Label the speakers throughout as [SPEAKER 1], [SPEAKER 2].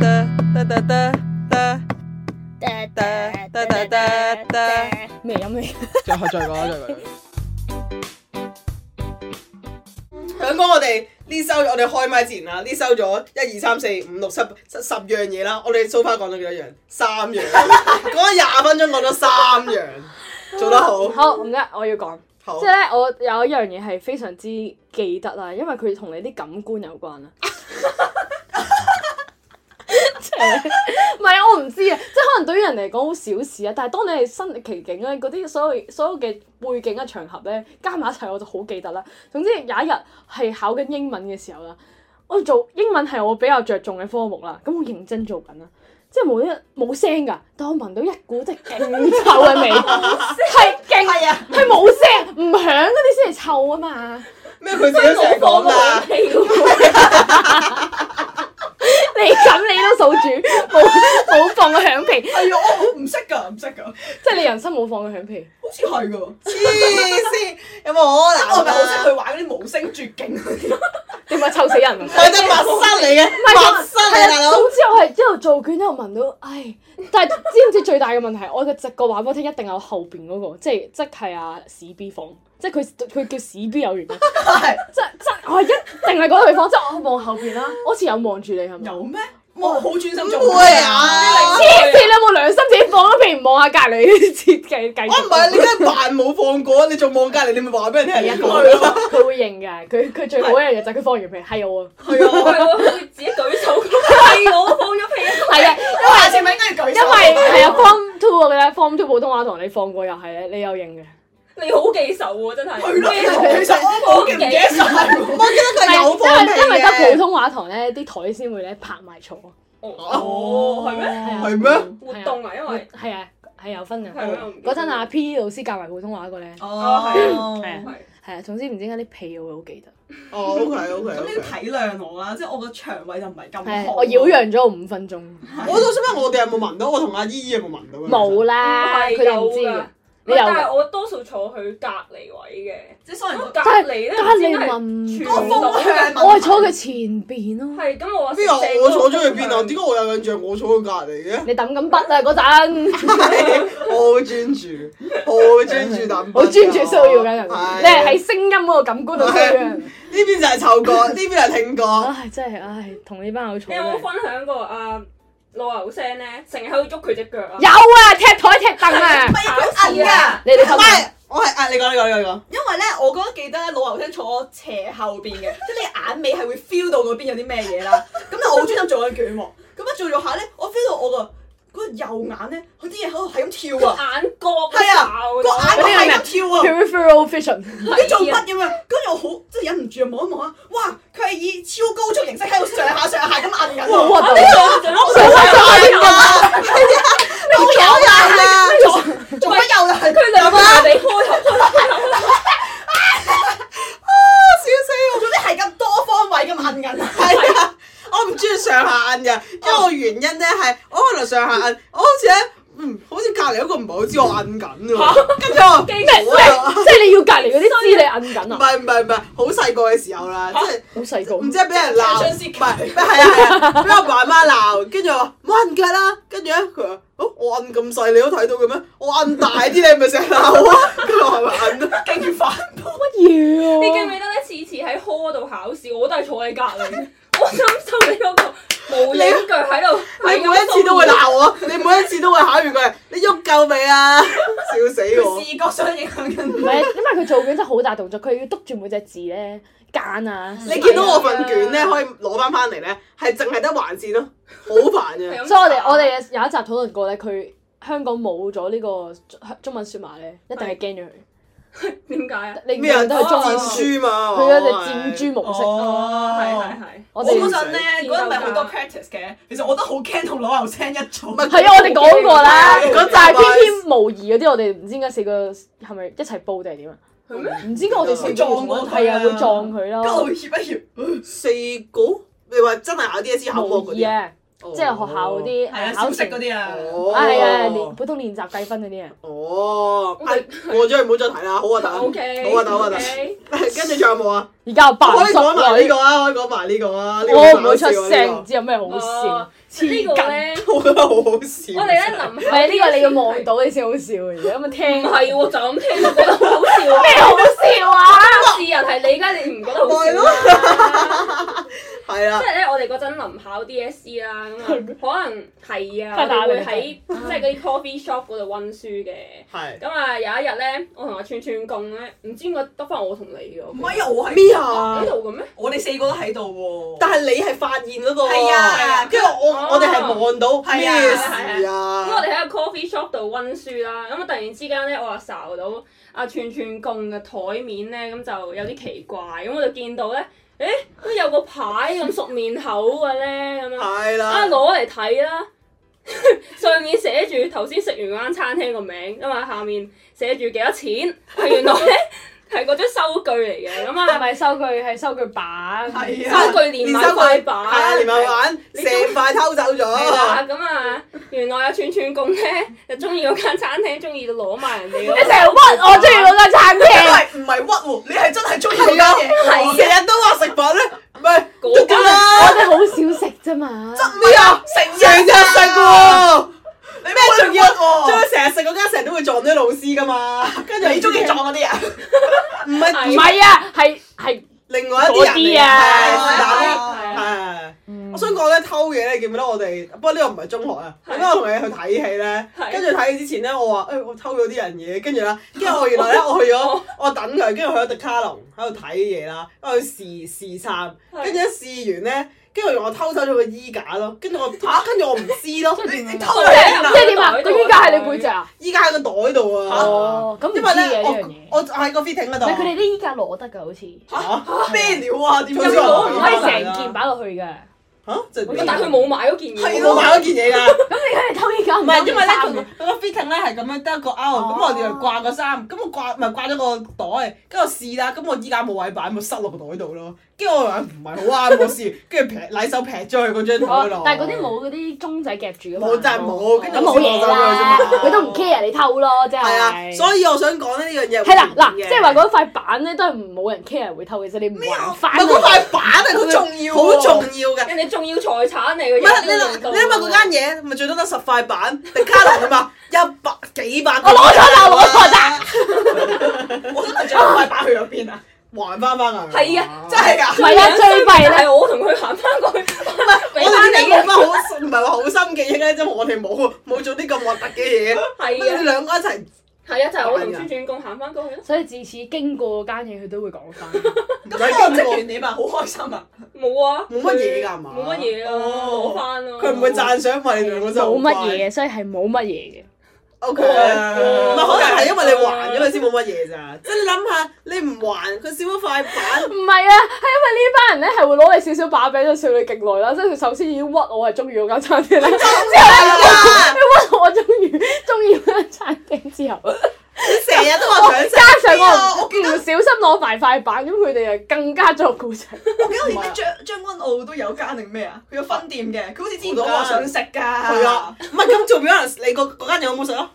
[SPEAKER 1] 得得得得，
[SPEAKER 2] 噠
[SPEAKER 1] 噠噠噠噠噠
[SPEAKER 2] 咩音嚟？
[SPEAKER 1] 再再講啦，再講。想講我哋呢收，我哋開麥前啦，呢收咗一二三四五六七十十樣嘢啦，我哋 so far 講咗幾多樣？三樣， 講咗廿分鐘講咗三樣，做得好，
[SPEAKER 2] 好，唔得，我要講。
[SPEAKER 1] 好
[SPEAKER 2] 即係咧，我有一樣嘢係非常之記得啦，因為佢同你啲感官有 關啦。啊即係唔係我唔知啊，即係可能對於人嚟講好小事啊，但係當你係身歷其境咧，嗰啲所有所有嘅背景啊場合咧加埋一齊，我就好記得啦。總之有一日係考緊英文嘅時候啦，我做英文係我比較着重嘅科目啦，咁我認真做緊啦。即係冇一冇聲㗎，但我聞到一股即係勁臭 嘅味，係勁
[SPEAKER 1] 係啊，
[SPEAKER 2] 係冇聲唔響嗰啲先係臭啊嘛，
[SPEAKER 1] 咩佢自己成日講啊啦，
[SPEAKER 2] 你咁你都數住，冇冇放過響屁，
[SPEAKER 3] 係啊，我唔識㗎，唔識㗎，好
[SPEAKER 2] 即係你人生冇放過響屁。
[SPEAKER 3] 似係㗎。
[SPEAKER 1] 黐線，有冇可能啊？
[SPEAKER 3] 我咪好識去玩嗰啲無聲絕境嗰啲。
[SPEAKER 2] 點解臭死人啊？
[SPEAKER 1] 唔係真密室嚟嘅，密室嚟啊大佬
[SPEAKER 2] 總。啊之我係一路做卷一路聞到，唉！但係知唔知最大嘅問題？我嘅直覺話俾我聽，一定有後邊嗰、個，即係即係啊屎 B 房，即係佢佢叫屎 B 有原 因，
[SPEAKER 3] 係
[SPEAKER 2] 即即我係一定係嗰個地方，即係我望後邊啦，我好似有望住你係咪？
[SPEAKER 3] 有咩？我好專心做。
[SPEAKER 1] 唔會啊
[SPEAKER 2] 黐線，你有冇良心自己放都譬如望下隔離設計計。
[SPEAKER 1] 我唔係，你梗係扮冇放過，啊你仲望隔離，你咪話俾人聽係呢個
[SPEAKER 2] 係啊，佢會認㗎，佢佢最好一樣嘢就係佢放完屁係 我啊，
[SPEAKER 3] 係啊，
[SPEAKER 4] 係我會自己舉手，係我放咗屁啊！
[SPEAKER 2] 係啊，
[SPEAKER 3] 因為下次咪應該舉手。
[SPEAKER 2] 因為係啊，form two 我記得 form two 普通話堂你放過又係咧，你有認嘅。
[SPEAKER 4] 你好記仇喎，真係。
[SPEAKER 3] 係
[SPEAKER 1] 啊
[SPEAKER 3] 咯，其實我冇記唔記得晒喎。
[SPEAKER 1] 我記得
[SPEAKER 2] 唔係
[SPEAKER 1] 佢有放屁
[SPEAKER 2] 因為因為得普
[SPEAKER 1] 嘅。
[SPEAKER 2] 通話堂咧，啲台先會咧拍埋坐。
[SPEAKER 4] 哦，係咩？
[SPEAKER 2] 係啊
[SPEAKER 1] 係咩
[SPEAKER 4] 活動啊，因為
[SPEAKER 2] 係啊，係有分嘅。
[SPEAKER 4] 係咩我唔記
[SPEAKER 2] 嗰
[SPEAKER 4] 得
[SPEAKER 2] 陣阿 P 老師教埋普通話嗰個咧，
[SPEAKER 3] 哦，
[SPEAKER 2] 係啊
[SPEAKER 4] 係
[SPEAKER 2] 係啊，總之唔知點解啲屁我會好記得。
[SPEAKER 1] 哦，OK OK
[SPEAKER 3] 咁你
[SPEAKER 1] OK
[SPEAKER 3] 要。體諒我啦，即係我個腸胃就唔係
[SPEAKER 4] 哦
[SPEAKER 3] 咁
[SPEAKER 2] 係
[SPEAKER 3] 好。
[SPEAKER 2] 啊我擾攘咗五分鐘，
[SPEAKER 1] 我都想問我哋有冇聞到？我同阿姨姨有冇聞到啊？
[SPEAKER 2] 冇啦，
[SPEAKER 4] 唔
[SPEAKER 2] 佢
[SPEAKER 4] 係
[SPEAKER 2] 哋
[SPEAKER 4] 有
[SPEAKER 2] 唔知
[SPEAKER 4] 㗎
[SPEAKER 2] 嘅。。
[SPEAKER 4] 唔
[SPEAKER 2] 你
[SPEAKER 4] 係
[SPEAKER 2] 有
[SPEAKER 4] 但係
[SPEAKER 2] 㗎
[SPEAKER 4] 我多數坐佢隔離位
[SPEAKER 3] 即係所以
[SPEAKER 4] 嘅，
[SPEAKER 3] 個
[SPEAKER 4] 隔
[SPEAKER 3] 隔
[SPEAKER 4] 離咧，
[SPEAKER 2] 隔離聞
[SPEAKER 4] 全
[SPEAKER 3] 個
[SPEAKER 2] 到
[SPEAKER 3] 風向
[SPEAKER 2] 我係坐佢前邊咯。
[SPEAKER 4] 係咁我話
[SPEAKER 1] 邊
[SPEAKER 4] 成
[SPEAKER 1] 個
[SPEAKER 4] 個
[SPEAKER 1] 我坐咗去邊啊？
[SPEAKER 4] 向
[SPEAKER 1] 點解我有印象我坐佢隔 離嘅？
[SPEAKER 2] 你抌緊筆啊嗰陣，
[SPEAKER 1] 我好專注，好專注等。
[SPEAKER 2] 好專注需要緊人，
[SPEAKER 1] 係
[SPEAKER 2] 你係喺聲音嗰個感官度需要人。
[SPEAKER 1] 呢邊就係嗅覺，呢邊係聽覺。
[SPEAKER 2] 唉，真係唉，同呢班友
[SPEAKER 4] 你
[SPEAKER 2] 坐
[SPEAKER 4] 有
[SPEAKER 2] 真
[SPEAKER 4] 冇
[SPEAKER 2] 係。
[SPEAKER 4] 分享過啊老牛聲咧？成日喺度捉佢只腳啊！
[SPEAKER 2] 有啊，踢台踢凳啊！
[SPEAKER 4] 考
[SPEAKER 3] 硬
[SPEAKER 4] 試
[SPEAKER 3] 㗎
[SPEAKER 4] 啊！。
[SPEAKER 2] 你哋
[SPEAKER 1] 唔
[SPEAKER 2] 偷
[SPEAKER 1] 係，我係啊！你講，你講，你講，你講。
[SPEAKER 3] 因為咧，我嗰得記得咧，老牛聲坐我斜後邊嘅， 即係你眼尾係會 feel 到嗰邊有啲咩嘢啦。咁啊咧，我好專心做緊卷喎。咁啊樣做做下咧，我 feel 到我個嗰個右眼咧，佢啲嘢喺度係咁跳啊，
[SPEAKER 4] 眼角
[SPEAKER 3] 係啊個
[SPEAKER 4] 啊，
[SPEAKER 3] 眼係咁跳啊，
[SPEAKER 2] peripheral vision。
[SPEAKER 3] 唔知做乜咁樣。跟住我好即係忍唔住望一望啊，哇！佢係以超高速形式喺度上下上下咁摁緊啊
[SPEAKER 2] 好
[SPEAKER 3] 我。
[SPEAKER 2] 核突！
[SPEAKER 4] 我
[SPEAKER 2] 上下上下
[SPEAKER 3] 左右啊，左左右啊，
[SPEAKER 4] 佢兩個人哋開頭
[SPEAKER 3] 笑死我！總之係咁多方位咁摁緊啊。
[SPEAKER 1] 係啊，我唔中意上下摁嘅，因為我原因咧係我可能上下摁，我好似咧，嗯，好似隔離嗰個唔係好知我摁緊喎，跟住我啊
[SPEAKER 4] 記
[SPEAKER 2] 咩
[SPEAKER 4] 住
[SPEAKER 2] 咩？即係你要隔離嗰啲知你摁緊
[SPEAKER 1] 唔
[SPEAKER 2] 啊！
[SPEAKER 1] 係唔係唔係，好細個嘅時候啦，即
[SPEAKER 2] 好細個
[SPEAKER 1] 係唔，知係俾人鬧，
[SPEAKER 3] 想
[SPEAKER 1] 唔 係唔係係啊係啊，俾我爸媽鬧，跟住我話冇摁腳啦，跟住咧佢話。哦我摁咁細，你都睇到嘅咩？我摁大啲，你咪成日鬧啊我。佢話係咪摁啊？
[SPEAKER 3] 勁煩。
[SPEAKER 2] 乜嘢啊
[SPEAKER 4] 你記唔記得咧？次次喺 hall 度考試，我都係坐喺隔離。我深受你嗰個無影腳喺度，
[SPEAKER 1] 啊你每一次都會鬧我，你每一次都會考完佢，你喐夠未啊？笑死我！
[SPEAKER 3] 視覺上影響緊。
[SPEAKER 2] 唔係，因為佢做卷真係好大動作，佢要督住每隻字咧，間啊。
[SPEAKER 1] 你見到我份卷咧，可以攞翻翻嚟咧，係淨係得橫線咯，好煩啊嘅。
[SPEAKER 4] 咁
[SPEAKER 2] 所以我哋我哋有一集討論過咧，佢香港冇咗呢個中文説話咧，一定係驚咗佢。
[SPEAKER 4] 點解啊？
[SPEAKER 2] 你
[SPEAKER 1] 咩啊？哦
[SPEAKER 2] 永遠都係中文
[SPEAKER 1] 箭
[SPEAKER 2] 書，
[SPEAKER 1] 豬嘛，
[SPEAKER 2] 佢嗰隻箭豬模式。
[SPEAKER 3] 哦
[SPEAKER 4] 哦，係係係。
[SPEAKER 2] 我
[SPEAKER 3] 我
[SPEAKER 2] 哋
[SPEAKER 3] 嗰陣咧，嗰陣咪好多 practice 嘅，其實我都好驚同老牛聲一組。
[SPEAKER 1] 係
[SPEAKER 2] 係啊，我哋講過啦，
[SPEAKER 1] 嗰
[SPEAKER 2] 但
[SPEAKER 1] 集
[SPEAKER 2] 係偏偏模擬嗰啲，我哋唔知點解四個係咪一齊報定係點啊？
[SPEAKER 4] 係咩？
[SPEAKER 2] 唔知點解我哋四個
[SPEAKER 3] 撞過佢啊
[SPEAKER 2] 係啊，會撞佢
[SPEAKER 3] 跟住我
[SPEAKER 2] 咯。
[SPEAKER 3] 會協一協，
[SPEAKER 1] 四個，你話真係考 DSE 考過嗰
[SPEAKER 2] 模擬
[SPEAKER 1] 啲啊，
[SPEAKER 2] 啊，
[SPEAKER 1] 哦
[SPEAKER 2] 即係學校嗰
[SPEAKER 3] 係
[SPEAKER 2] 啲
[SPEAKER 3] 啊，
[SPEAKER 2] 誒
[SPEAKER 3] 小
[SPEAKER 2] 考
[SPEAKER 3] 食
[SPEAKER 2] 試
[SPEAKER 3] 嗰啲啊，
[SPEAKER 1] 哦，
[SPEAKER 2] 啊係啊，練普通練習計分嗰啲啊，
[SPEAKER 1] 哦，
[SPEAKER 4] 我
[SPEAKER 1] 哎
[SPEAKER 4] 哋
[SPEAKER 1] 過咗去唔好再提啦，好核突，
[SPEAKER 4] O K，
[SPEAKER 1] 好核突，啊好核突。跟住仲有冇啊？
[SPEAKER 2] 而家我扮
[SPEAKER 1] 可以
[SPEAKER 2] 熟
[SPEAKER 1] 講埋呢個啊，可以講埋呢個啊，呢
[SPEAKER 2] 女，
[SPEAKER 1] 個
[SPEAKER 2] 我
[SPEAKER 1] 好
[SPEAKER 2] 唔會
[SPEAKER 1] 搞
[SPEAKER 2] 出
[SPEAKER 1] 笑啊
[SPEAKER 2] 聲，唔
[SPEAKER 1] 呢
[SPEAKER 2] 知有咩好
[SPEAKER 4] 哦
[SPEAKER 2] 笑。
[SPEAKER 4] 呢個咧，
[SPEAKER 1] 個我覺得好好笑。
[SPEAKER 4] 我哋咧臨
[SPEAKER 2] 唔係呢個你要望到你先好笑嘅，咁啊
[SPEAKER 4] 唔
[SPEAKER 2] 聽
[SPEAKER 4] 係喎，就咁聽都覺得好好笑 啊！
[SPEAKER 2] 好笑啊！
[SPEAKER 4] 事人係你，而家你唔覺得好
[SPEAKER 1] 咪
[SPEAKER 4] 笑
[SPEAKER 1] 咯
[SPEAKER 4] 啊？
[SPEAKER 1] 係啊啦
[SPEAKER 4] 即，係咧，我哋嗰陣臨考 DSE 啦，咁啊，可能係啊，
[SPEAKER 2] 快
[SPEAKER 4] 我
[SPEAKER 2] 打
[SPEAKER 4] 哋會
[SPEAKER 2] 你
[SPEAKER 4] 喺即係嗰啲 coffee shop 嗰度温書嘅。
[SPEAKER 1] 係
[SPEAKER 4] 咁啊，有一日咧，我同阿串串共咧，唔知點解得翻我同你嘅，
[SPEAKER 3] 唔係啊，我係
[SPEAKER 1] 咩
[SPEAKER 4] 喺
[SPEAKER 1] 啊？
[SPEAKER 4] 度嘅咩？
[SPEAKER 3] 我哋四個都喺度喎。
[SPEAKER 1] 但係你係發現嗰個
[SPEAKER 3] 係啊
[SPEAKER 1] 跟住我我哋係望到
[SPEAKER 3] 係
[SPEAKER 1] 咩
[SPEAKER 3] 啊
[SPEAKER 1] 事
[SPEAKER 4] 咁我
[SPEAKER 1] 啊？
[SPEAKER 4] 哋喺個 coffee shop 度温書啦，咁啊突然之間咧，我啊睄到阿串串共嘅台面咧，咁就有啲奇怪，咁我就見到咧，誒都有個牌咁熟面口嘅咧，咁樣
[SPEAKER 1] 係
[SPEAKER 4] 啊
[SPEAKER 1] 啦，
[SPEAKER 4] 攞嚟睇啦， 上面寫住頭先食完嗰間餐廳個名，咁啊下面寫住幾多錢，啊原來咧係嗰張收據嚟嘅，咁
[SPEAKER 2] 係
[SPEAKER 4] 啊
[SPEAKER 2] 咪收據係收據版？
[SPEAKER 3] 係啊
[SPEAKER 4] 收據連
[SPEAKER 1] 連
[SPEAKER 4] 埋
[SPEAKER 1] 收據
[SPEAKER 4] 快
[SPEAKER 1] 係啊，
[SPEAKER 4] 板，
[SPEAKER 1] 連埋玩，成
[SPEAKER 4] 你
[SPEAKER 1] 塊偷走
[SPEAKER 4] 係
[SPEAKER 1] 咗。
[SPEAKER 4] 啦，咁啊，原來有串串共咧， 就中意嗰間餐廳，中意到攞埋人哋
[SPEAKER 2] 你
[SPEAKER 4] 嗰
[SPEAKER 2] 成日屈我中意嗰間餐
[SPEAKER 3] 因
[SPEAKER 2] 廳，
[SPEAKER 3] 為唔係屈喎，你係真係中意嗰
[SPEAKER 1] 係
[SPEAKER 3] 間
[SPEAKER 1] 啊，
[SPEAKER 3] 嘢喎。
[SPEAKER 1] 成日都話食品咧，唔係
[SPEAKER 4] 嗰
[SPEAKER 1] 得
[SPEAKER 4] 間
[SPEAKER 2] 我
[SPEAKER 1] 㗎啦，
[SPEAKER 2] 哋好少食啫嘛。
[SPEAKER 1] 咩啊？
[SPEAKER 3] 成日
[SPEAKER 1] 成日食喎。
[SPEAKER 3] 你咩仲要
[SPEAKER 1] 即
[SPEAKER 3] 喎？
[SPEAKER 1] 係成日食嗰間，成日都會撞啲老師噶嘛。 跟住
[SPEAKER 3] 你中意撞嗰啲啊？
[SPEAKER 1] 唔係
[SPEAKER 2] 唔係啊，係係
[SPEAKER 1] 另外一啲人
[SPEAKER 2] 嗰啲
[SPEAKER 1] 嚟
[SPEAKER 2] 啊
[SPEAKER 4] 係啊
[SPEAKER 1] 嘅係係。我想講咧偷嘢咧，記唔記得我哋？不過呢個唔係中學啊，
[SPEAKER 4] 係
[SPEAKER 1] 咁我同你去睇戲咧，
[SPEAKER 4] 係
[SPEAKER 1] 跟住睇戲之前咧，我話誒我偷咗啲人嘢，跟住啦，跟住我原來咧我去咗，我等佢，跟住去咗迪卡龍喺度睇嘢啦，我去試試衫，
[SPEAKER 4] 係
[SPEAKER 1] 跟住一試完咧，跟住原來我偷走咗個衣架咯，跟住我嚇，跟住我唔知咯，
[SPEAKER 3] 你你
[SPEAKER 2] 即
[SPEAKER 3] 偷
[SPEAKER 4] 係
[SPEAKER 3] 嘢
[SPEAKER 4] 啊
[SPEAKER 2] 係點啊？個衣架喺你背脊啊？
[SPEAKER 1] 衣架喺個袋度啊，
[SPEAKER 2] 哦，咁唔知
[SPEAKER 1] 因為
[SPEAKER 2] 嘅
[SPEAKER 1] 咧
[SPEAKER 2] 呢樣嘢。
[SPEAKER 1] 我我喺個 fitting 嗰度
[SPEAKER 2] 唔係佢哋啲衣架攞得㗎，好似
[SPEAKER 1] 嚇
[SPEAKER 3] 咩料啊？點
[SPEAKER 1] 有
[SPEAKER 3] 知
[SPEAKER 1] 冇
[SPEAKER 3] 我
[SPEAKER 2] 唔可以
[SPEAKER 1] 攞
[SPEAKER 2] 成件擺落去㗎。
[SPEAKER 1] 嚇，就
[SPEAKER 4] 但係佢冇買嗰件
[SPEAKER 1] 我
[SPEAKER 4] 嘢，
[SPEAKER 1] 冇買嗰件嘢㗎。
[SPEAKER 2] 咁你梗係偷衣架
[SPEAKER 1] 唔
[SPEAKER 2] 唔
[SPEAKER 1] 係，因為
[SPEAKER 2] 為
[SPEAKER 1] 咧佢嗰個 fitting 咧係咁樣得一個勾，
[SPEAKER 2] 哦
[SPEAKER 1] 咁我哋就掛個衫，咁我掛咪掛咗個袋，跟住我試啦，咁我依家冇位擺，咪塞落個袋度咯。跟住我話唔係好啱我試，跟住劈攋手劈咗去嗰張台度。
[SPEAKER 2] 哦但係嗰啲冇嗰啲鐘仔夾住㗎嘛。
[SPEAKER 1] 冇真係冇，跟住
[SPEAKER 2] 咁冇嘢啦，佢都唔
[SPEAKER 1] 驚。
[SPEAKER 2] care 你偷咯，即係。
[SPEAKER 1] 係啊，所以我想講呢樣嘢。
[SPEAKER 2] 係啦，嗱，即係話嗰塊板咧都係冇人 care 會偷嘅啫，你唔還翻
[SPEAKER 1] 唔係嗰塊板啊，佢好重要嘅。
[SPEAKER 4] 人哋重要財產嚟嘅，
[SPEAKER 1] 唔係你諗你諗下嗰間嘢，咪最多得十塊板， 迪卡龍啊嘛，一百幾百。
[SPEAKER 2] 我攞咗啦我攞咗
[SPEAKER 1] 啦。
[SPEAKER 3] 我真係將塊板去咗邊啊？
[SPEAKER 1] 還翻翻啊！
[SPEAKER 4] 係啊
[SPEAKER 1] 真係㗎。
[SPEAKER 2] 唔係啊，最弊咧，
[SPEAKER 4] 係我同佢行翻過去，
[SPEAKER 1] 我
[SPEAKER 4] 俾
[SPEAKER 1] 哋
[SPEAKER 4] 翻
[SPEAKER 1] 點
[SPEAKER 4] 你
[SPEAKER 1] 解
[SPEAKER 2] 啊
[SPEAKER 4] 嘅，
[SPEAKER 1] 冇乜好，唔係話好心記憶咧，即係我哋冇冇做啲咁核突嘅嘢。你
[SPEAKER 4] 係啊，
[SPEAKER 1] 兩個一齊，
[SPEAKER 4] 係啊，就係我同串串共行翻過去咯，
[SPEAKER 2] 所以自此經過嗰間嘢，佢都會講 翻。
[SPEAKER 1] 唔
[SPEAKER 3] 咁
[SPEAKER 1] 使
[SPEAKER 3] 我
[SPEAKER 1] 經
[SPEAKER 3] 職
[SPEAKER 1] 過
[SPEAKER 3] 員點啊？好開心啊！
[SPEAKER 4] 冇啊，
[SPEAKER 1] 冇乜嘢㗎係嘛哦
[SPEAKER 4] 冇乜嘢啊，攞翻咯，
[SPEAKER 1] 佢唔會讚賞話你兩個就
[SPEAKER 2] 冇乜嘢，啊所以係冇乜嘢嘅。
[SPEAKER 1] O K，唔
[SPEAKER 3] 啊哦
[SPEAKER 1] 係可能係因為你還咗佢先冇乜嘢咋。即係你諗下，你唔還佢少咗塊 板，
[SPEAKER 2] 唔係啊，係因為呢班人咧係會攞你少少把柄，就笑你極耐啦。即係佢首先已經屈我係中意嗰間餐廳啦，之
[SPEAKER 1] 係啊，
[SPEAKER 2] 後屈我中 意中意嗰間餐廳之後，哦
[SPEAKER 1] 你成日都話想食
[SPEAKER 2] 加上
[SPEAKER 1] 啊
[SPEAKER 2] 我唔唔小心攞埋塊板，咁佢哋就更加作故仔。
[SPEAKER 3] 我記得點解將將軍澳都有間定咩啊？佢有分店嘅，佢好似之前講話想食㗎。
[SPEAKER 1] 係啊，，唔係咁做 b e h 你個嗰間嘢好冇食咯？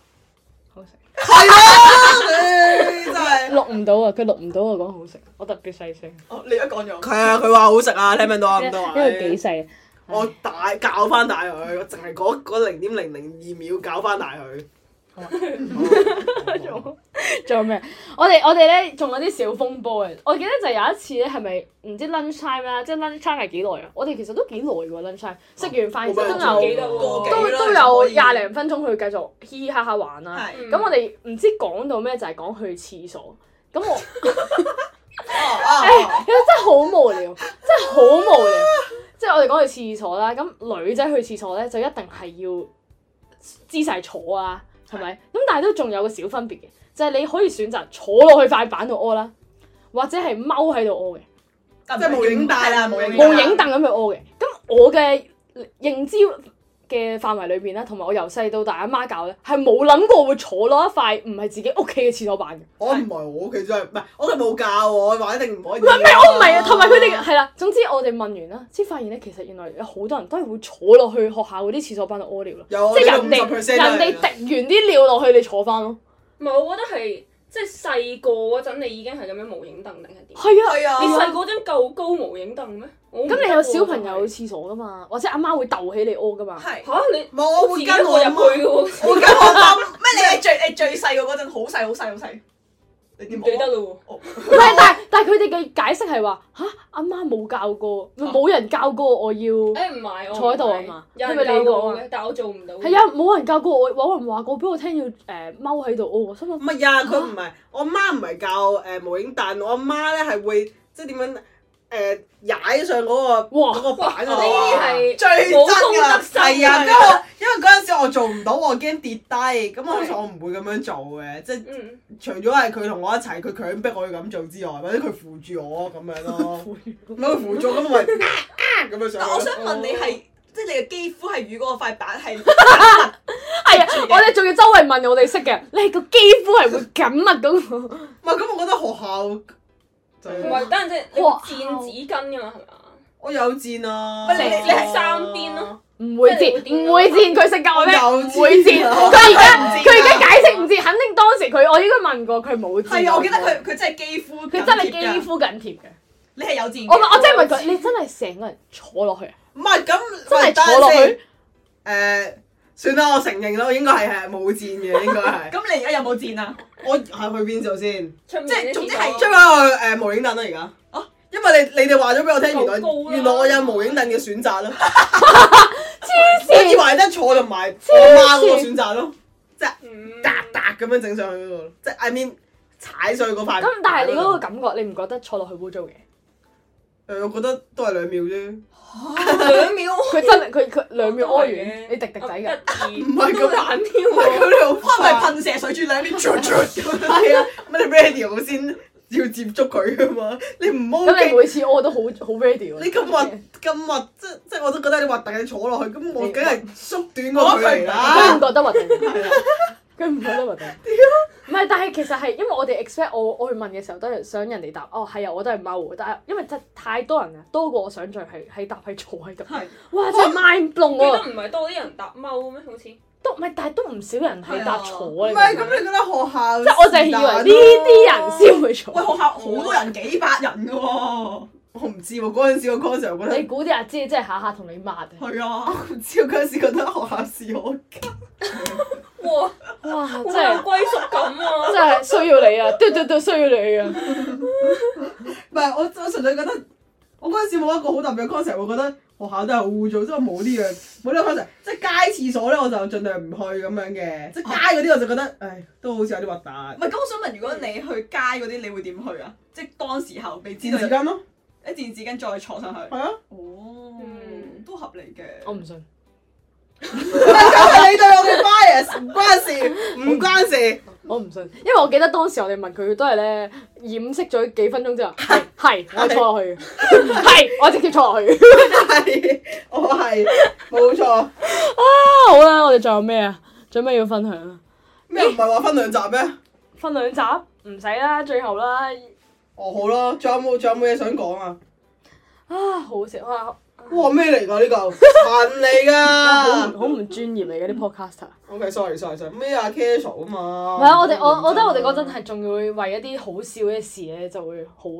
[SPEAKER 2] 好食。
[SPEAKER 1] 係啊，真係。
[SPEAKER 2] 錄唔到啊！佢錄唔到啊！講好食，我特別細聲，
[SPEAKER 3] 哦，你而家講咗。
[SPEAKER 1] 係啊，佢話好食啊，聽唔聽到啊？咁多
[SPEAKER 2] 因為幾細啊。
[SPEAKER 1] 我大教翻大佢，我淨係嗰嗰零點零零二秒教翻大佢。
[SPEAKER 2] 仲仲有咩？我哋我哋咧仲有啲小風波嘅。我記得就有一次咧，係咪唔知 lunch time 啦？即係 lunch time 係幾耐啊？我哋其實都幾耐喎 lunch time。食完飯其實
[SPEAKER 4] 我
[SPEAKER 2] 都
[SPEAKER 4] 唔記
[SPEAKER 2] 有
[SPEAKER 4] 得喎
[SPEAKER 3] 個幾
[SPEAKER 2] 都
[SPEAKER 3] 啦
[SPEAKER 2] 都
[SPEAKER 3] 就可
[SPEAKER 2] 有
[SPEAKER 3] 以
[SPEAKER 2] 廿零分鐘去繼續嘻嘻哈哈玩啦。
[SPEAKER 3] 係。
[SPEAKER 4] 嗯
[SPEAKER 2] 咁我哋唔知講到咩，就係講去廁所。咁我。
[SPEAKER 1] Ờ,
[SPEAKER 3] 哦哦。
[SPEAKER 2] 其實真係好無聊，真係好無聊。即係我哋講去廁所啦，咁女仔去廁所咧就一定係要姿勢坐啊，係咪？咁但係都仲有個小分別嘅，就係、你可以選擇坐落去塊板度屙啦，或者係踎喺度屙嘅，
[SPEAKER 3] 即
[SPEAKER 1] 係無影帶啦無影
[SPEAKER 2] 冇影凳咁去屙嘅。咁我嘅認知嘅範圍裏邊啦，同埋我由細到大阿媽教咧，係冇諗過會坐落一塊唔係自己屋企嘅廁所板嘅。
[SPEAKER 1] 我唔係我屋企真係，唔係我哋冇教我，話一定唔可以。唔
[SPEAKER 2] 唔係唔係，我唔係啊，同埋佢哋係啦。總之我哋問完啦，先發現咧，其實原來有好多人都係會坐落去學校嗰啲廁所板度屙尿咯。
[SPEAKER 1] 有
[SPEAKER 2] 即係人
[SPEAKER 1] 係
[SPEAKER 2] 哋人哋滴完啲尿落去，你坐翻咯。
[SPEAKER 4] 唔係，我覺得係即係細個嗰陣，你已經係咁樣無影凳定係點？
[SPEAKER 2] 係啊，
[SPEAKER 3] 係啊
[SPEAKER 4] 你細個嗰陣夠高無影凳咩？我唔
[SPEAKER 2] 咁你有小朋
[SPEAKER 4] 得喎
[SPEAKER 2] 友去廁所噶嘛？或者阿媽會竇起你屙噶 嘛？
[SPEAKER 3] 係。
[SPEAKER 4] 嚇你
[SPEAKER 1] 唔係我
[SPEAKER 4] 自
[SPEAKER 1] 會
[SPEAKER 4] 己
[SPEAKER 1] 跟我
[SPEAKER 4] 我
[SPEAKER 1] 阿媽
[SPEAKER 4] 入去嘅喎，
[SPEAKER 3] 我跟我媽咩？你係最誒最細個嗰陣，好細好細好細，你啊
[SPEAKER 4] 唔
[SPEAKER 3] 點
[SPEAKER 4] 記得嘞
[SPEAKER 3] 我？
[SPEAKER 2] 唔係，但係但係佢哋嘅解釋係話吓，阿媽冇教過，冇人教過我要係
[SPEAKER 4] 誒唔係，我唔
[SPEAKER 2] 坐喺度啊
[SPEAKER 4] 係
[SPEAKER 2] 嘛
[SPEAKER 4] 有
[SPEAKER 2] 因為
[SPEAKER 4] 人
[SPEAKER 2] 你
[SPEAKER 4] 教過我
[SPEAKER 2] 講
[SPEAKER 4] 嘅，但我做唔到。
[SPEAKER 2] 啊，冇人教過我，冇人話過俾我聽要誒踎喺度屙。我心諗
[SPEAKER 1] 唔係啊，佢唔係我媽唔係教誒無影蛋，我阿媽咧係會即係點樣誒踩上嗰個
[SPEAKER 2] 哇
[SPEAKER 1] 嗰個板
[SPEAKER 4] 呢
[SPEAKER 1] 嗰度
[SPEAKER 4] 啲
[SPEAKER 1] 啊。
[SPEAKER 4] 係
[SPEAKER 3] 最
[SPEAKER 1] 真
[SPEAKER 4] 冇公德
[SPEAKER 1] 㗎，
[SPEAKER 4] 心
[SPEAKER 1] 係啊，
[SPEAKER 4] 啊
[SPEAKER 1] 因為我因為嗰陣時我做唔到，我驚跌低，咁我其實我唔會咁樣做嘅，即係
[SPEAKER 4] 嗯，
[SPEAKER 1] 除咗係佢同我一齊，佢強迫我要咁做之外，或者佢扶住我咁樣咯，咁佢扶住我咁我咪啊啊咁樣上去
[SPEAKER 3] 但
[SPEAKER 1] 咯。
[SPEAKER 3] 我想問你係，即係你嘅肌膚係與嗰個塊板 係
[SPEAKER 2] 係啊，我哋仲要周圍問我哋識嘅，你係個肌膚係會緊密咁。
[SPEAKER 1] 唔係咁，我覺得學校就
[SPEAKER 4] 唔
[SPEAKER 1] 係
[SPEAKER 4] 係等陣先，你
[SPEAKER 2] 哇
[SPEAKER 4] 墊紙巾㗎嘛係咪啊？
[SPEAKER 1] 我有戰啊！
[SPEAKER 3] 喂你你係
[SPEAKER 4] 三邊咯，
[SPEAKER 2] 唔會
[SPEAKER 4] 即係
[SPEAKER 2] 賤
[SPEAKER 4] 會，點
[SPEAKER 2] 唔會賤，佢性格我咩？
[SPEAKER 1] 有
[SPEAKER 2] 唔會賤，
[SPEAKER 1] 賤啊
[SPEAKER 2] 佢而家
[SPEAKER 3] 唔知
[SPEAKER 2] 佢而家解釋唔知，肯定當時佢我應該問過佢冇賤。
[SPEAKER 3] 係啊！我記得佢佢真係肌膚緊貼㗎，
[SPEAKER 2] 佢真係肌膚緊貼嘅。
[SPEAKER 3] 你係有自然
[SPEAKER 2] 我問
[SPEAKER 3] 嘅
[SPEAKER 2] 我真係問佢，你真係成個人坐落去啊，
[SPEAKER 1] 唔係咁，
[SPEAKER 2] 真
[SPEAKER 1] 喂
[SPEAKER 2] 係
[SPEAKER 1] 等
[SPEAKER 2] 坐落
[SPEAKER 1] 陣先
[SPEAKER 2] 去。
[SPEAKER 1] 誒，呃算啦，我承認啦，我應該係係冇戰嘅，應該 係。
[SPEAKER 3] 咁你而家有冇賤啊？
[SPEAKER 1] 我係去邊度先？
[SPEAKER 4] 出面
[SPEAKER 3] 即係
[SPEAKER 4] 啲
[SPEAKER 3] 總之
[SPEAKER 4] 廁
[SPEAKER 3] 係
[SPEAKER 4] 所
[SPEAKER 1] 出翻去誒呃無影凳啦，而家。
[SPEAKER 3] 哦
[SPEAKER 1] 因為你你哋話咗俾我聽，原
[SPEAKER 4] 夠高啦
[SPEAKER 1] 來原來我有無影凳嘅選擇咯。
[SPEAKER 2] 黐
[SPEAKER 1] 我以
[SPEAKER 2] 線，
[SPEAKER 1] 為得坐同埋我媽嗰個選擇咯，
[SPEAKER 4] 嗯
[SPEAKER 1] 嗒嗒咁樣整上去嗰度，即係 I mean 踩上去嗰塊。
[SPEAKER 2] 咁但係你嗰個感覺，你唔覺得坐落去污糟嘅？
[SPEAKER 1] 誒，我覺得都係兩秒啫，
[SPEAKER 4] 兩秒
[SPEAKER 2] 佢真係佢佢兩秒屙
[SPEAKER 4] 都係嘅
[SPEAKER 2] 完，你滴滴仔
[SPEAKER 4] Ờ,
[SPEAKER 2] 㗎。
[SPEAKER 4] 唔
[SPEAKER 1] 唔係咁
[SPEAKER 4] 難添
[SPEAKER 1] 唔 係
[SPEAKER 4] 喎。
[SPEAKER 1] 佢哋好
[SPEAKER 3] 我係咪
[SPEAKER 1] 快
[SPEAKER 3] 噴射水柱兩邊灼灼咁樣？
[SPEAKER 1] 係啊，乜你 ready 好先要接觸佢噶嘛？你唔好
[SPEAKER 2] 咁你
[SPEAKER 1] 驚
[SPEAKER 2] 每次屙都好好 ready 喎。
[SPEAKER 1] 你咁核咁核，即即我都覺得你核突嘅坐落去，咁我梗係縮短個距離
[SPEAKER 2] 佢唔
[SPEAKER 1] 啦。
[SPEAKER 2] 覺得核突嘅。
[SPEAKER 1] 係啊啊
[SPEAKER 2] 佢唔覺得核突。唔係，但係其實係因為我哋 expect 我我去問嘅時候都係想人哋答，哦係啊，我都係踎，但係因為真係太多人啊，多過我想象係係答係坐喺度。
[SPEAKER 3] 係
[SPEAKER 2] 哇！真係 mind blown
[SPEAKER 4] 記得
[SPEAKER 2] 喎，
[SPEAKER 4] 唔係多啲人搭踎咩？好似
[SPEAKER 2] 都唔係，但係都唔少人係答坐
[SPEAKER 1] 唔
[SPEAKER 2] 啊。
[SPEAKER 1] 係
[SPEAKER 2] 你明唔
[SPEAKER 1] 咁，
[SPEAKER 2] 明
[SPEAKER 1] 你覺得學校
[SPEAKER 2] 即係我就係以為呢啲人先會
[SPEAKER 3] 喂，學
[SPEAKER 2] 坐。
[SPEAKER 3] 校好多人幾百人㗎喎，
[SPEAKER 1] 我唔知喎，嗰陣時我 concept 覺
[SPEAKER 2] 你
[SPEAKER 1] 得
[SPEAKER 2] 估啲阿姐真係下下同你抹啊！
[SPEAKER 3] 係啊，
[SPEAKER 1] 唔知我嗰陣時覺得學校是我家。
[SPEAKER 4] 哇，
[SPEAKER 2] 哇！
[SPEAKER 4] 好
[SPEAKER 2] 真
[SPEAKER 4] 有
[SPEAKER 2] 係
[SPEAKER 4] 歸屬感啊！
[SPEAKER 2] 真係需要你啊！嘟嘟嘟需要你啊！
[SPEAKER 1] 唔係，我我純粹覺得我嗰陣時冇一個好特別嘅 concept，我覺得學校都係好污糟，即係我冇呢樣冇呢個 concept。即係街廁所咧，我就盡量唔去咁樣嘅。即係街嗰啲我就覺得，唉，都好似有啲核
[SPEAKER 3] 唔
[SPEAKER 1] 突。
[SPEAKER 3] 係咁，我想問，如果你去街嗰啲，你會點去啊？即係當時候未知
[SPEAKER 1] 自
[SPEAKER 3] 道
[SPEAKER 1] 紙巾咯，
[SPEAKER 3] 一件紙巾再坐上去。
[SPEAKER 1] 係啊。
[SPEAKER 3] 哦
[SPEAKER 4] 嗯
[SPEAKER 3] 都合理嘅。
[SPEAKER 2] 我唔信，
[SPEAKER 1] 唔係就係你對我嘅 bias，唔關事，唔關事。
[SPEAKER 2] 我唔信，因為我記得當時我哋問佢都係咧掩飾咗幾分鐘 之後，係係我坐落去嘅，係我直接坐落去啊嘅。
[SPEAKER 1] 係，我係冇錯。
[SPEAKER 2] 啊好啦，我哋仲有咩啊？仲有咩要分享啊？
[SPEAKER 1] 咩唔係話分兩集咩？
[SPEAKER 2] 分兩集唔使啦，最後啦。
[SPEAKER 1] 哦，好啦，仲有冇仲有冇嘢想講啊？
[SPEAKER 2] 啊，好食哇！
[SPEAKER 1] 哇，咩嚟㗎呢嚿？塵嚟
[SPEAKER 2] 好唔
[SPEAKER 1] 㗎。
[SPEAKER 2] 好唔專業嚟嘅啲啊 podcaster。
[SPEAKER 1] OK，sorry，sorry，sorry，咩啊 casual 啊嘛。
[SPEAKER 2] 唔係啊，我哋我我覺得我哋嗰陣係仲會為一啲好笑嘅事咧，就會好，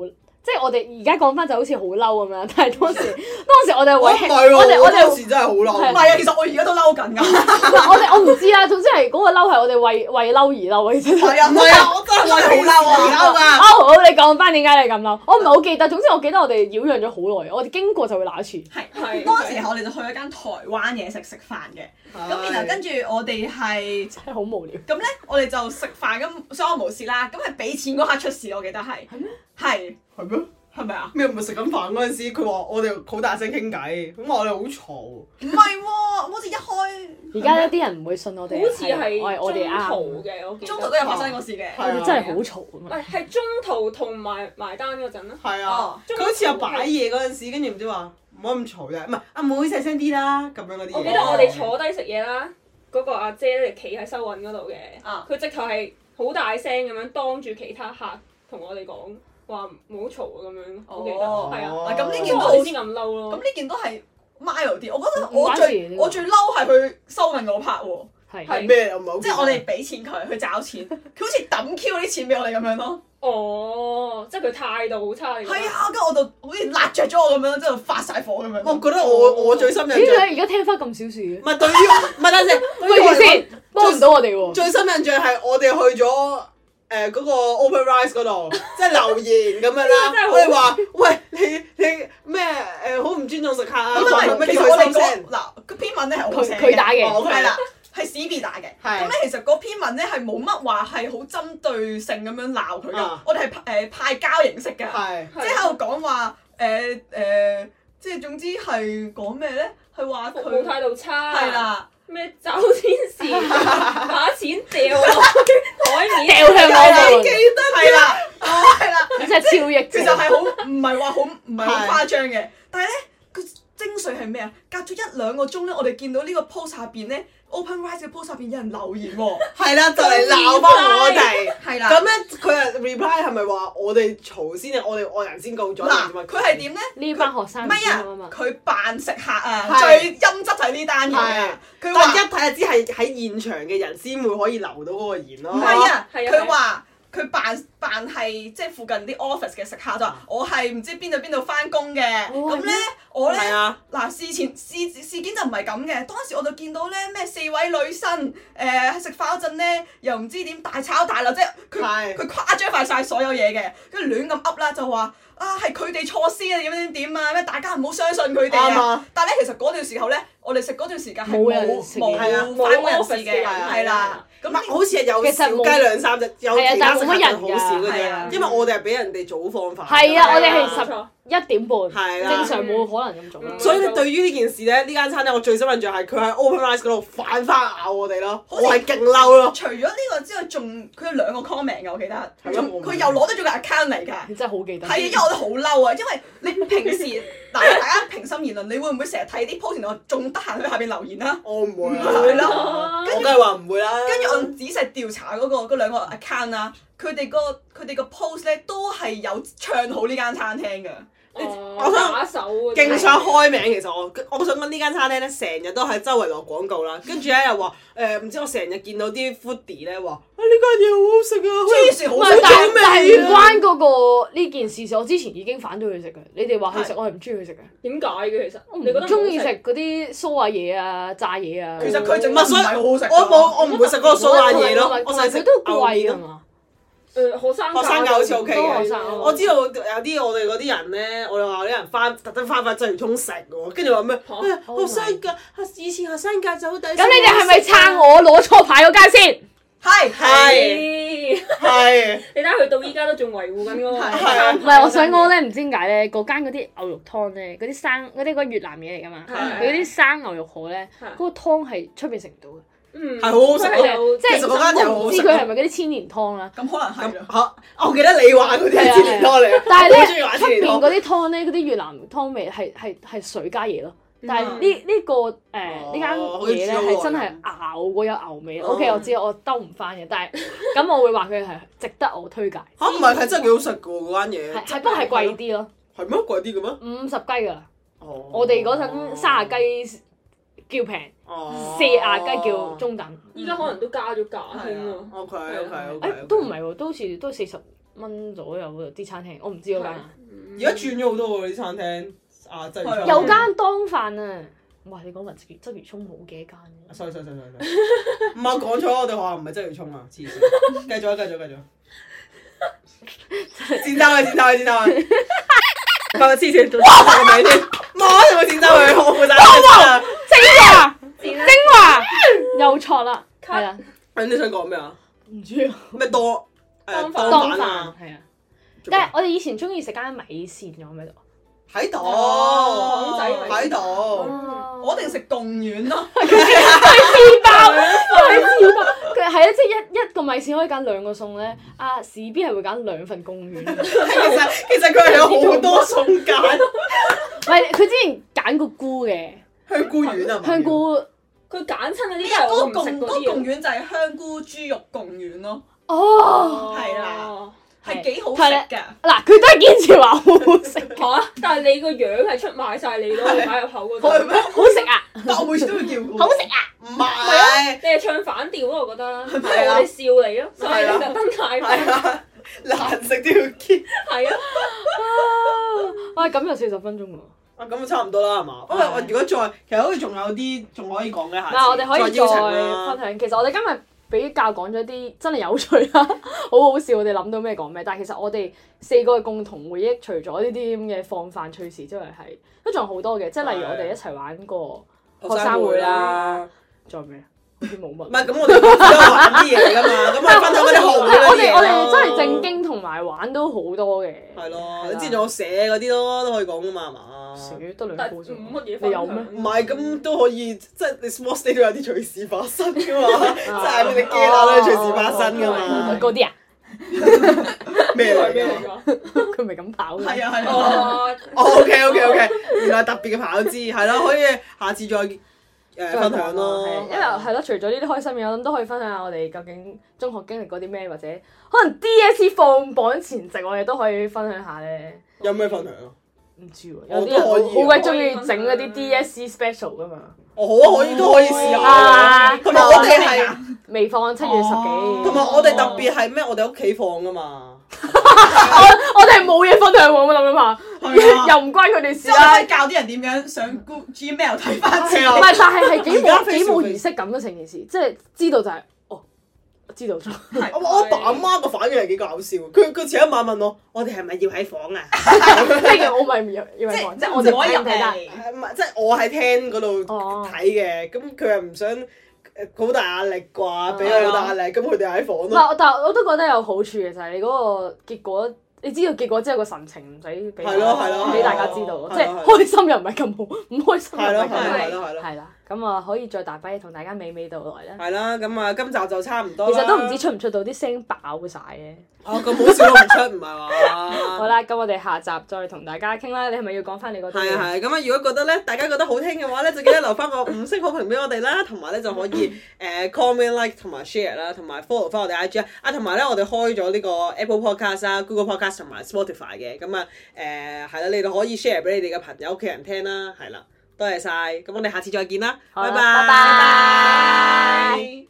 [SPEAKER 2] 即係我哋而家講翻就好似好嬲咁樣，但係 當時當時我哋
[SPEAKER 1] 哦我唔
[SPEAKER 2] 為
[SPEAKER 1] 係喎，
[SPEAKER 2] 我哋我
[SPEAKER 1] 我嗰
[SPEAKER 2] 哋
[SPEAKER 1] 時真係好
[SPEAKER 2] 係
[SPEAKER 3] 唔
[SPEAKER 1] 嬲。
[SPEAKER 3] 係啊，其實我而家都嬲緊㗎。
[SPEAKER 2] 我哋我唔知啊，總之係嗰個嬲係我哋為為嬲而嬲嘅啫。
[SPEAKER 3] 係啊，
[SPEAKER 1] 唔係啊，我真係好嬲啊，
[SPEAKER 3] 嬲
[SPEAKER 1] 嬲
[SPEAKER 2] 哦，
[SPEAKER 1] 啊！
[SPEAKER 2] 好，你講翻點解你咁嬲？我唔係好記得，總之我記得我哋擾攘咗好耐，我哋經過就會鬧一 次。
[SPEAKER 3] 係，
[SPEAKER 4] 係
[SPEAKER 3] 當時候我哋就去咗間台灣嘢食食飯嘅，咁然後跟住我哋係
[SPEAKER 2] 真係好無聊。
[SPEAKER 3] 咁咧，我哋就食飯咁相安無事啦。咁係俾錢嗰刻出事，我記得係
[SPEAKER 2] 係咩？
[SPEAKER 3] 係
[SPEAKER 1] 係咩？
[SPEAKER 3] 係咪啊？
[SPEAKER 1] 咩唔係食緊飯嗰陣時，佢話我哋好大聲傾偈，咁話我哋好嘈。
[SPEAKER 3] 唔係喎，我好似一開
[SPEAKER 2] 而家呢啲人唔會信我哋，
[SPEAKER 4] 好似係
[SPEAKER 2] 我係我哋
[SPEAKER 4] 中
[SPEAKER 2] 啱
[SPEAKER 4] 途，嘅，我記得
[SPEAKER 3] 中途都有發生過事嘅。
[SPEAKER 2] 我哋真係好嘈啊
[SPEAKER 4] 唔
[SPEAKER 2] 嘛。
[SPEAKER 4] 係係中途同埋埋單嗰陣啦。
[SPEAKER 1] 係啊
[SPEAKER 3] 哦，
[SPEAKER 1] 佢好似又擺嘢嗰陣時，跟住唔知話唔唔好咁嘈啦，唔係阿妹細聲啲啦，咁樣嗰
[SPEAKER 2] 嗯
[SPEAKER 1] 啲嘢。
[SPEAKER 4] 我記得我哋坐低食嘢啦，嗰個阿姐咧企喺收銀嗰度嘅，
[SPEAKER 3] 啊
[SPEAKER 4] 佢直頭係好大聲咁樣當住其他客同我哋講話唔好嘈啊咁樣，我記得
[SPEAKER 3] 哦
[SPEAKER 4] 係啊，
[SPEAKER 1] 哦
[SPEAKER 3] 嗱咁呢
[SPEAKER 4] 所
[SPEAKER 3] 件
[SPEAKER 4] 以
[SPEAKER 3] 都
[SPEAKER 4] 我
[SPEAKER 3] 好
[SPEAKER 4] 哋先咁嬲
[SPEAKER 3] 咁
[SPEAKER 4] 咯
[SPEAKER 3] 呢。件都係 mild 啲，我覺得
[SPEAKER 2] 唔
[SPEAKER 3] 我
[SPEAKER 2] 關事呢
[SPEAKER 3] 最
[SPEAKER 2] 個
[SPEAKER 3] 我最嬲係佢收銀嗰 part 喎，
[SPEAKER 4] 係
[SPEAKER 2] 係
[SPEAKER 1] 係咩？我唔係好
[SPEAKER 3] 即
[SPEAKER 1] 記得
[SPEAKER 3] 係我哋俾錢佢，佢找錢，佢好似抌 Q 啲錢俾我哋咁樣咯。
[SPEAKER 4] 哦，即係佢態度好差。你覺得
[SPEAKER 3] 係，啊，跟住我就好似辣着咗我咁樣，之後發晒火咁樣。
[SPEAKER 1] 我覺得我我最深印
[SPEAKER 2] 點
[SPEAKER 1] 象，
[SPEAKER 2] 解而家聽翻咁小事嘅
[SPEAKER 1] 唔？係對於唔係等陣先，對於
[SPEAKER 2] 喂
[SPEAKER 1] 我
[SPEAKER 2] 住
[SPEAKER 1] 嚟講
[SPEAKER 2] 先，幫唔到我哋喎。
[SPEAKER 1] 最深印象係我哋去咗誒嗰個 Open Rise 嗰度， 即係留言咁樣啦
[SPEAKER 4] 呢個真係。好
[SPEAKER 1] 我哋話：喂，你你咩誒好唔尊重食客啊？
[SPEAKER 3] 咁
[SPEAKER 1] 咁
[SPEAKER 3] 係
[SPEAKER 1] 樣
[SPEAKER 3] 咪
[SPEAKER 1] 咩
[SPEAKER 3] 其
[SPEAKER 1] 叫
[SPEAKER 3] 實我
[SPEAKER 1] 佢
[SPEAKER 3] 哋
[SPEAKER 1] 收聲
[SPEAKER 3] 嗰？嗱個篇文咧係我
[SPEAKER 2] 佢
[SPEAKER 3] 寫
[SPEAKER 2] 佢打嘅
[SPEAKER 1] 哦
[SPEAKER 3] 係啦，係史 B 打嘅。
[SPEAKER 1] 係
[SPEAKER 3] 咁咧其實嗰篇文咧係冇乜話係好針對性咁樣鬧佢噶
[SPEAKER 1] 啊，
[SPEAKER 3] 我哋係派誒派交形式㗎。
[SPEAKER 1] 係
[SPEAKER 4] 係
[SPEAKER 3] 即係喺度講話誒誒，即係總之係講咩咧？係話
[SPEAKER 4] 服務
[SPEAKER 3] 佢
[SPEAKER 4] 態度差。
[SPEAKER 3] 係。啦，
[SPEAKER 4] 咩走天線， 把錢掉落台面，
[SPEAKER 2] 掉向
[SPEAKER 3] 係啊
[SPEAKER 2] 我
[SPEAKER 3] 啦，
[SPEAKER 2] 哋
[SPEAKER 3] 記得係啦，係啦，
[SPEAKER 2] 真係超逆
[SPEAKER 3] 其實係好唔係話好唔係好誇張嘅，但係咧個精髓係咩啊？隔咗一兩個鐘咧，我哋見到呢個 post 下邊咧，Open Rise 嘅 post 下邊有人留言喎，
[SPEAKER 1] 係啦，就嚟鬧翻我哋。
[SPEAKER 3] 係
[SPEAKER 1] 咁咧，佢係 reply 係咪話我哋嘈先定我啊哋外人先告咗？
[SPEAKER 3] 嗱，佢係點咧？
[SPEAKER 2] 呢班學生
[SPEAKER 3] 唔
[SPEAKER 2] 唔
[SPEAKER 3] 係
[SPEAKER 2] 知嘛
[SPEAKER 3] 啊，。佢扮食客啊，
[SPEAKER 1] 係
[SPEAKER 3] 最陰質係呢單嘢啊！佢
[SPEAKER 1] 但
[SPEAKER 3] 話
[SPEAKER 1] 一睇就知係喺現場嘅人先會可以留到嗰個言咯。
[SPEAKER 3] 唔係啊，
[SPEAKER 4] 係啊
[SPEAKER 3] 佢話佢扮扮係即係附近啲 office 嘅食客就話我係唔知邊度邊度翻工嘅，
[SPEAKER 2] 嗯哦
[SPEAKER 3] 咁咧
[SPEAKER 2] 係
[SPEAKER 3] 我咧
[SPEAKER 1] 係啊，
[SPEAKER 3] 嗱事前事事件就唔係咁嘅，當時我就見到咧咩四位女生誒食飯嗰陣咧又唔知點大吵大鬧，即係佢
[SPEAKER 1] 係
[SPEAKER 3] 佢誇張化晒所有嘢嘅，跟住亂咁噏啦就話啊係佢哋錯先啊點點點啊咩大家唔好相信佢哋
[SPEAKER 1] 啱
[SPEAKER 3] 啊
[SPEAKER 1] 啊！
[SPEAKER 3] 但係咧其實嗰段時候咧，我哋食嗰段時間係
[SPEAKER 2] 冇
[SPEAKER 3] 冇
[SPEAKER 2] 人
[SPEAKER 3] 冇
[SPEAKER 2] 食嘢
[SPEAKER 1] 係啊
[SPEAKER 3] 翻工人士
[SPEAKER 4] 冇 office 嘅
[SPEAKER 3] 嘅，
[SPEAKER 4] 人
[SPEAKER 3] 係啦，咁
[SPEAKER 1] 咁好啊似係有
[SPEAKER 2] 其實
[SPEAKER 1] 小
[SPEAKER 2] 冇
[SPEAKER 1] 雞兩三隻，有
[SPEAKER 2] 係啊
[SPEAKER 1] 其
[SPEAKER 2] 但
[SPEAKER 1] 他
[SPEAKER 2] 係
[SPEAKER 1] 食
[SPEAKER 2] 冇
[SPEAKER 1] 客
[SPEAKER 2] 乜人㗎
[SPEAKER 1] 好少嘅
[SPEAKER 3] 係啊
[SPEAKER 1] 啫。因為我哋係俾人哋早放飯。
[SPEAKER 2] 係啊，我哋係
[SPEAKER 4] 係啊
[SPEAKER 2] 十一點半，
[SPEAKER 1] 係
[SPEAKER 2] 正
[SPEAKER 1] 啦。
[SPEAKER 2] 常冇可能咁早啦。
[SPEAKER 4] 嗯
[SPEAKER 1] 所以咧，對於呢件事咧，呢間餐廳我最深印象係佢喺 Open Rice 嗰度反翻咬我哋咯，
[SPEAKER 3] 好
[SPEAKER 1] 我
[SPEAKER 3] 似
[SPEAKER 1] 係勁嬲咯。
[SPEAKER 3] 除咗呢個之外，仲佢有兩個 comment 嘅，我記得。
[SPEAKER 1] 係
[SPEAKER 3] 仲
[SPEAKER 1] 咯我唔
[SPEAKER 3] 佢又攞得咗個 account 嚟㗎。
[SPEAKER 2] 你真係好記得。
[SPEAKER 3] 係啊，因為我都好嬲啊，因為你平時嗱，大家平心而論，你會唔會成日睇啲 post 我仲得閒去下邊留言啦？
[SPEAKER 1] 我唔會
[SPEAKER 3] 唔會
[SPEAKER 1] 啦，
[SPEAKER 4] 咯
[SPEAKER 1] 我梗係話唔會啦。
[SPEAKER 3] 跟住我仔細調查嗰、個嗰兩個 account 啦，佢哋個佢哋個 post 咧都係有唱好呢間餐廳㗎。
[SPEAKER 4] 哦打手
[SPEAKER 2] 啊
[SPEAKER 4] 嗰啲
[SPEAKER 1] 勁想開名，其實我我想講呢間餐廳咧，成日都喺周圍落廣告啦，跟住咧又話誒，唔知我成日見到啲 foodie 咧話啊呢間嘢好好食啊，
[SPEAKER 3] 黐線
[SPEAKER 2] 唔
[SPEAKER 3] 好
[SPEAKER 2] 係，
[SPEAKER 1] 想
[SPEAKER 2] 但係
[SPEAKER 1] 做咩
[SPEAKER 2] 但係唔
[SPEAKER 1] 啊？
[SPEAKER 2] 關嗰個呢件事事，我之前已經反對佢食嘅。你哋話佢食，
[SPEAKER 3] 係
[SPEAKER 2] 我係唔中意佢食嘅。
[SPEAKER 4] 點解嘅其實？
[SPEAKER 2] 我
[SPEAKER 4] 你覺得
[SPEAKER 2] 唔
[SPEAKER 4] 唔
[SPEAKER 2] 中意
[SPEAKER 4] 好
[SPEAKER 2] 食嗰啲酥啊嘢啊、炸嘢啊。
[SPEAKER 3] 其實佢整乜唔係好好食㗎。
[SPEAKER 1] 我冇我唔會食嗰個蘇打嘢咯，我
[SPEAKER 2] 同埋
[SPEAKER 1] 細食
[SPEAKER 2] 佢都
[SPEAKER 1] 牛
[SPEAKER 2] 貴
[SPEAKER 1] 面
[SPEAKER 2] 啊
[SPEAKER 1] 咯。
[SPEAKER 2] 嘛。
[SPEAKER 4] 誒呃學生
[SPEAKER 1] 學生價好似 OK 嘅
[SPEAKER 4] 多學啊生
[SPEAKER 2] 我
[SPEAKER 1] 我知道有啲我哋嗰啲人咧，我哋話有啲人翻特登翻返鰂魚涌食喎，跟住話咩
[SPEAKER 4] 嚇
[SPEAKER 1] 哎呀
[SPEAKER 2] Oh my
[SPEAKER 1] 學生價，以前學生價就好抵食啊。
[SPEAKER 2] 咁你哋係咪撐我攞錯牌嗰間先？
[SPEAKER 3] 係
[SPEAKER 1] 係
[SPEAKER 4] 咦
[SPEAKER 1] 係
[SPEAKER 4] 你睇下佢到依家都仲維護緊嗰個
[SPEAKER 3] 係
[SPEAKER 1] 係啊
[SPEAKER 2] 唔係，我想講咧，唔知點解咧，嗰間嗰啲牛肉湯咧，嗰啲生嗰啲嗰越南嘢嚟噶嘛，
[SPEAKER 4] 係
[SPEAKER 2] 佢嗰啲生牛肉河咧，
[SPEAKER 4] 係
[SPEAKER 2] 嗰個湯係出邊食唔到嘅，
[SPEAKER 4] 嗯
[SPEAKER 1] 係好好食
[SPEAKER 4] 佢
[SPEAKER 1] 啊
[SPEAKER 4] 係有
[SPEAKER 2] 即係
[SPEAKER 1] 其實嗰間嘢好
[SPEAKER 2] 我唔
[SPEAKER 1] 好
[SPEAKER 2] 知
[SPEAKER 1] 食啊
[SPEAKER 2] 佢係咪嗰啲千年湯啦，
[SPEAKER 3] 咁可能係啦。
[SPEAKER 1] 嚇！我記得你話嗰啲係千年湯嚟嘅，
[SPEAKER 2] 但係
[SPEAKER 1] 我好中意
[SPEAKER 2] 咧
[SPEAKER 1] 玩
[SPEAKER 2] 出
[SPEAKER 1] 千年
[SPEAKER 2] 邊
[SPEAKER 1] 湯。
[SPEAKER 2] 嗰啲湯咧，嗰啲越南湯味係係係水加嘢咯。但係呢呢個誒呢間
[SPEAKER 1] 哦
[SPEAKER 2] 嘢咧
[SPEAKER 1] 嗯好似豬
[SPEAKER 2] 係
[SPEAKER 1] 肉
[SPEAKER 2] 真係
[SPEAKER 1] 嚟
[SPEAKER 2] 熬過有牛味。
[SPEAKER 1] 哦
[SPEAKER 2] OK，我知我兜唔翻嘅，但 係咁我會話佢係值得我推介，
[SPEAKER 1] 嚇唔係係真係幾好食嘅喎嗰間
[SPEAKER 2] 係
[SPEAKER 1] 嘢，
[SPEAKER 2] 係不過係貴啲咯，
[SPEAKER 1] 係咩貴啲嘅咩？
[SPEAKER 2] 五十雞㗎啦。
[SPEAKER 1] 哦
[SPEAKER 2] 我哋嗰陣卅雞叫平，
[SPEAKER 1] 哦
[SPEAKER 2] 四廿雞叫。中等。
[SPEAKER 4] 依家可能都加咗價添
[SPEAKER 3] 係
[SPEAKER 4] 喎
[SPEAKER 3] 啊。
[SPEAKER 1] O K O K O
[SPEAKER 2] 誒
[SPEAKER 1] K，
[SPEAKER 2] 都唔。係喎，都好似都四十蚊左右喎啲餐廳，我唔知嗰間。
[SPEAKER 1] 啊而家轉咗好多喎啲餐廳，啊真
[SPEAKER 3] 係啊
[SPEAKER 2] 有間當飯啊！哇！你講雲食鰹魚葱冇幾間嘅，
[SPEAKER 1] sorry sorry sorry sorry，唔係我講錯，我哋學校唔係真魚衝啊，黐線。 繼續啊，繼續繼續。戰鬥啊！戰鬥啊！戰鬥啊！係咪黐線？我個名先，冇我點解佢啊我負責 戰啊！
[SPEAKER 2] 精華
[SPEAKER 4] 戰啦
[SPEAKER 2] 精華 又錯啦，
[SPEAKER 4] Cut
[SPEAKER 2] 係啦，啊
[SPEAKER 1] 咁你想講咩啊？
[SPEAKER 2] 唔知啊，
[SPEAKER 1] 咩多誒
[SPEAKER 4] 當飯
[SPEAKER 2] 當
[SPEAKER 1] 當
[SPEAKER 2] 飯
[SPEAKER 1] 飯啊？
[SPEAKER 2] 係啊，
[SPEAKER 1] 做咩
[SPEAKER 2] 但係我哋以前中意食間米線嘅喺度，
[SPEAKER 1] 喺度，哦
[SPEAKER 3] 哦
[SPEAKER 4] 港仔嚟
[SPEAKER 1] 喺度。
[SPEAKER 2] 哦
[SPEAKER 3] 我一定食貢丸咯，
[SPEAKER 2] 佢自爆，佢自爆，佢係係啊，即係一一個米線可以揀兩個餸咧，阿史 B 係會揀兩份公園嘅。
[SPEAKER 1] 其實其實佢係有好多餸揀，
[SPEAKER 2] 唔係佢之前揀個菇嘅
[SPEAKER 1] 香菇丸啊係咪？
[SPEAKER 2] 香菇，
[SPEAKER 4] 佢揀親嗰啲
[SPEAKER 3] 嗰
[SPEAKER 4] 都係我唔
[SPEAKER 3] 個共
[SPEAKER 4] 食
[SPEAKER 3] 嗰
[SPEAKER 4] 嗰
[SPEAKER 3] 個
[SPEAKER 4] 啲啊
[SPEAKER 3] 貢
[SPEAKER 4] 嘢。
[SPEAKER 3] 丸就係香菇豬肉貢丸咯，
[SPEAKER 2] 哦
[SPEAKER 3] 係啦，係幾好食㗎。
[SPEAKER 2] 嗱，佢都係堅持話好好食，
[SPEAKER 4] 嚇！但係你個樣係出賣晒你咯，擺入口嗰
[SPEAKER 1] 係
[SPEAKER 4] 度，
[SPEAKER 1] 咩？
[SPEAKER 2] 好食啊，
[SPEAKER 1] 但我每次都會叫嘅喎
[SPEAKER 2] 好食啊，
[SPEAKER 1] 唔係
[SPEAKER 4] 你係唱反調咯，我覺得。係
[SPEAKER 1] 咪啊
[SPEAKER 4] 我哋笑你咯，所以你特登嗌返
[SPEAKER 1] 係啊，難食都要 keep。
[SPEAKER 4] 係啊，
[SPEAKER 2] 哇，咁就四十分鐘喎。
[SPEAKER 1] 啊，咁就差唔多啦，係嘛？因為我如果再，其實好似仲有啲仲可以講嘅，下次
[SPEAKER 2] 嗱，我哋可以
[SPEAKER 1] 邀請啦
[SPEAKER 2] 再分享。其實我哋今日比較講咗啲真係有趣啦， 好好笑。我哋諗到咩講咩，但係其實我哋四個嘅共同回憶，除咗呢啲咁嘅放飯趣事之外，係都仲有好多嘅。即係例如我哋一齊玩過學生會啦，仲有咩啊？好似冇乜
[SPEAKER 1] 唔。係咁，我哋都有玩啲嘢㗎嘛，咁我哋分享嗰啲學會
[SPEAKER 2] 係
[SPEAKER 1] 嗰
[SPEAKER 2] 我
[SPEAKER 1] 啲嘢
[SPEAKER 2] 哋
[SPEAKER 1] 咯
[SPEAKER 2] 我哋真係正。經同埋玩都好多嘅。
[SPEAKER 1] 係咯，
[SPEAKER 2] 係啦
[SPEAKER 1] 你之前仲有寫嗰啲咯，都可以講㗎嘛，係嘛？
[SPEAKER 2] 少得兩
[SPEAKER 4] 但
[SPEAKER 2] 個啫
[SPEAKER 4] 係冇乜嘢
[SPEAKER 2] 你
[SPEAKER 4] 分
[SPEAKER 2] 有咩？
[SPEAKER 4] 享。
[SPEAKER 1] 唔係咁都可以，即係你 small state 都有啲趣事發生㗎嘛，即
[SPEAKER 2] 啊
[SPEAKER 1] 係你 g a 都有趣事發生㗎
[SPEAKER 4] 哦
[SPEAKER 1] 嘛，
[SPEAKER 2] 嗰啲啊，
[SPEAKER 1] 咩嚟
[SPEAKER 4] 咩
[SPEAKER 1] 㗎
[SPEAKER 4] 嚟？㗎？
[SPEAKER 2] 佢咪咁跑嘅。
[SPEAKER 1] 係啊係啊。
[SPEAKER 4] 哦，
[SPEAKER 1] O K O K O K，原來特別嘅跑姿係咯，可以下次再誒、呃分享咯。
[SPEAKER 2] 係因為係咯，除咗呢啲開心嘢，我諗都可以分享下我哋究竟中學經歷過啲咩，或者可能 DSE 放榜前夕，我哋都可以分享下咧。
[SPEAKER 1] 有咩分享啊？
[SPEAKER 2] 唔知喎，
[SPEAKER 1] 我
[SPEAKER 2] 有
[SPEAKER 1] 都
[SPEAKER 2] 啲人
[SPEAKER 1] 可以啊
[SPEAKER 2] 好鬼中意整嗰啲 DSE special 噶嘛，
[SPEAKER 1] 哦，好啊，可以都可以試下。
[SPEAKER 2] 啊
[SPEAKER 1] 同埋我哋係，
[SPEAKER 2] 未放七月十
[SPEAKER 3] 哦
[SPEAKER 1] 同
[SPEAKER 2] 幾，
[SPEAKER 1] 埋我哋特別係咩？我哋屋企放噶嘛。
[SPEAKER 2] 我哋係冇嘢分享喎，我諗諗下，
[SPEAKER 3] 係啊，
[SPEAKER 2] 又唔關佢哋事
[SPEAKER 3] 之後我
[SPEAKER 2] 啦
[SPEAKER 3] 可以。教啲人點樣上 Google Gmail 睇翻
[SPEAKER 2] 唔
[SPEAKER 1] 係啊
[SPEAKER 2] 係，但係係幾
[SPEAKER 1] 而家
[SPEAKER 2] 冇
[SPEAKER 1] Facebook
[SPEAKER 2] 幾冇儀式感嘅成件事，即係知道就係哦，知道 咗。
[SPEAKER 1] 我我阿爸阿媽個反應係幾搞笑，佢佢前一晚問我：我哋係咪要喺房啊？
[SPEAKER 2] 即係我咪唔入入
[SPEAKER 3] 即
[SPEAKER 2] 嚟
[SPEAKER 3] 係
[SPEAKER 2] 講，
[SPEAKER 3] 即
[SPEAKER 2] 即係
[SPEAKER 3] 係唔
[SPEAKER 2] 我哋
[SPEAKER 3] 可以入
[SPEAKER 2] 睇得。
[SPEAKER 3] 嚟。
[SPEAKER 1] 誒唔係，即係我喺廳嗰度
[SPEAKER 2] 哦
[SPEAKER 1] 睇嘅，咁佢又唔想誒好大壓力
[SPEAKER 2] 哦
[SPEAKER 1] 啩，俾佢好大壓力，咁佢哋喺房
[SPEAKER 2] 唔
[SPEAKER 1] 咯。
[SPEAKER 2] 係，我但係我都覺得有好處嘅，就係你嗰個結果，你知道結果之後個神情唔使俾
[SPEAKER 1] 係咯係咯，
[SPEAKER 2] 俾大家知道
[SPEAKER 1] 係咯，
[SPEAKER 2] 即係
[SPEAKER 1] 係咯
[SPEAKER 2] 開心又唔係咁好，唔開心又
[SPEAKER 1] 係
[SPEAKER 2] 唔係
[SPEAKER 1] 咯係咯
[SPEAKER 2] 咁
[SPEAKER 1] 係咯係
[SPEAKER 2] 好，
[SPEAKER 1] 咯。
[SPEAKER 2] 係啦，咁啊可以再大把嘢同大家娓娓道來啦。
[SPEAKER 1] 係啦，咁啊，今集就差唔多
[SPEAKER 2] 其
[SPEAKER 1] 啦
[SPEAKER 2] 實都唔知出唔出到啲聲爆晒嘅。
[SPEAKER 1] 哦，咁好笑都唔出，唔係話。啊
[SPEAKER 2] 好啦，咁我哋下集再同大家傾啦。你係咪要講翻你嗰啲
[SPEAKER 1] 係
[SPEAKER 2] 嘢？
[SPEAKER 1] 啊係啊，咁啊，如果覺得咧，大家覺得好聽嘅話咧，就記得留翻個五星好評俾我哋啦， 同埋咧就可以誒 comment like 同埋 share 啦，同埋 follow 翻我哋 IG 啊，啊同埋咧我哋開咗呢個 Apple Podcast 啊、Google Podcast 同埋 Spotify 嘅，咁啊誒係啦，你哋可以 share 俾你哋嘅朋友、屋企人聽啦，係啦，多謝晒，咁我哋下次再見啦，
[SPEAKER 2] 好啦
[SPEAKER 1] 拜拜
[SPEAKER 2] 拜拜。
[SPEAKER 3] 係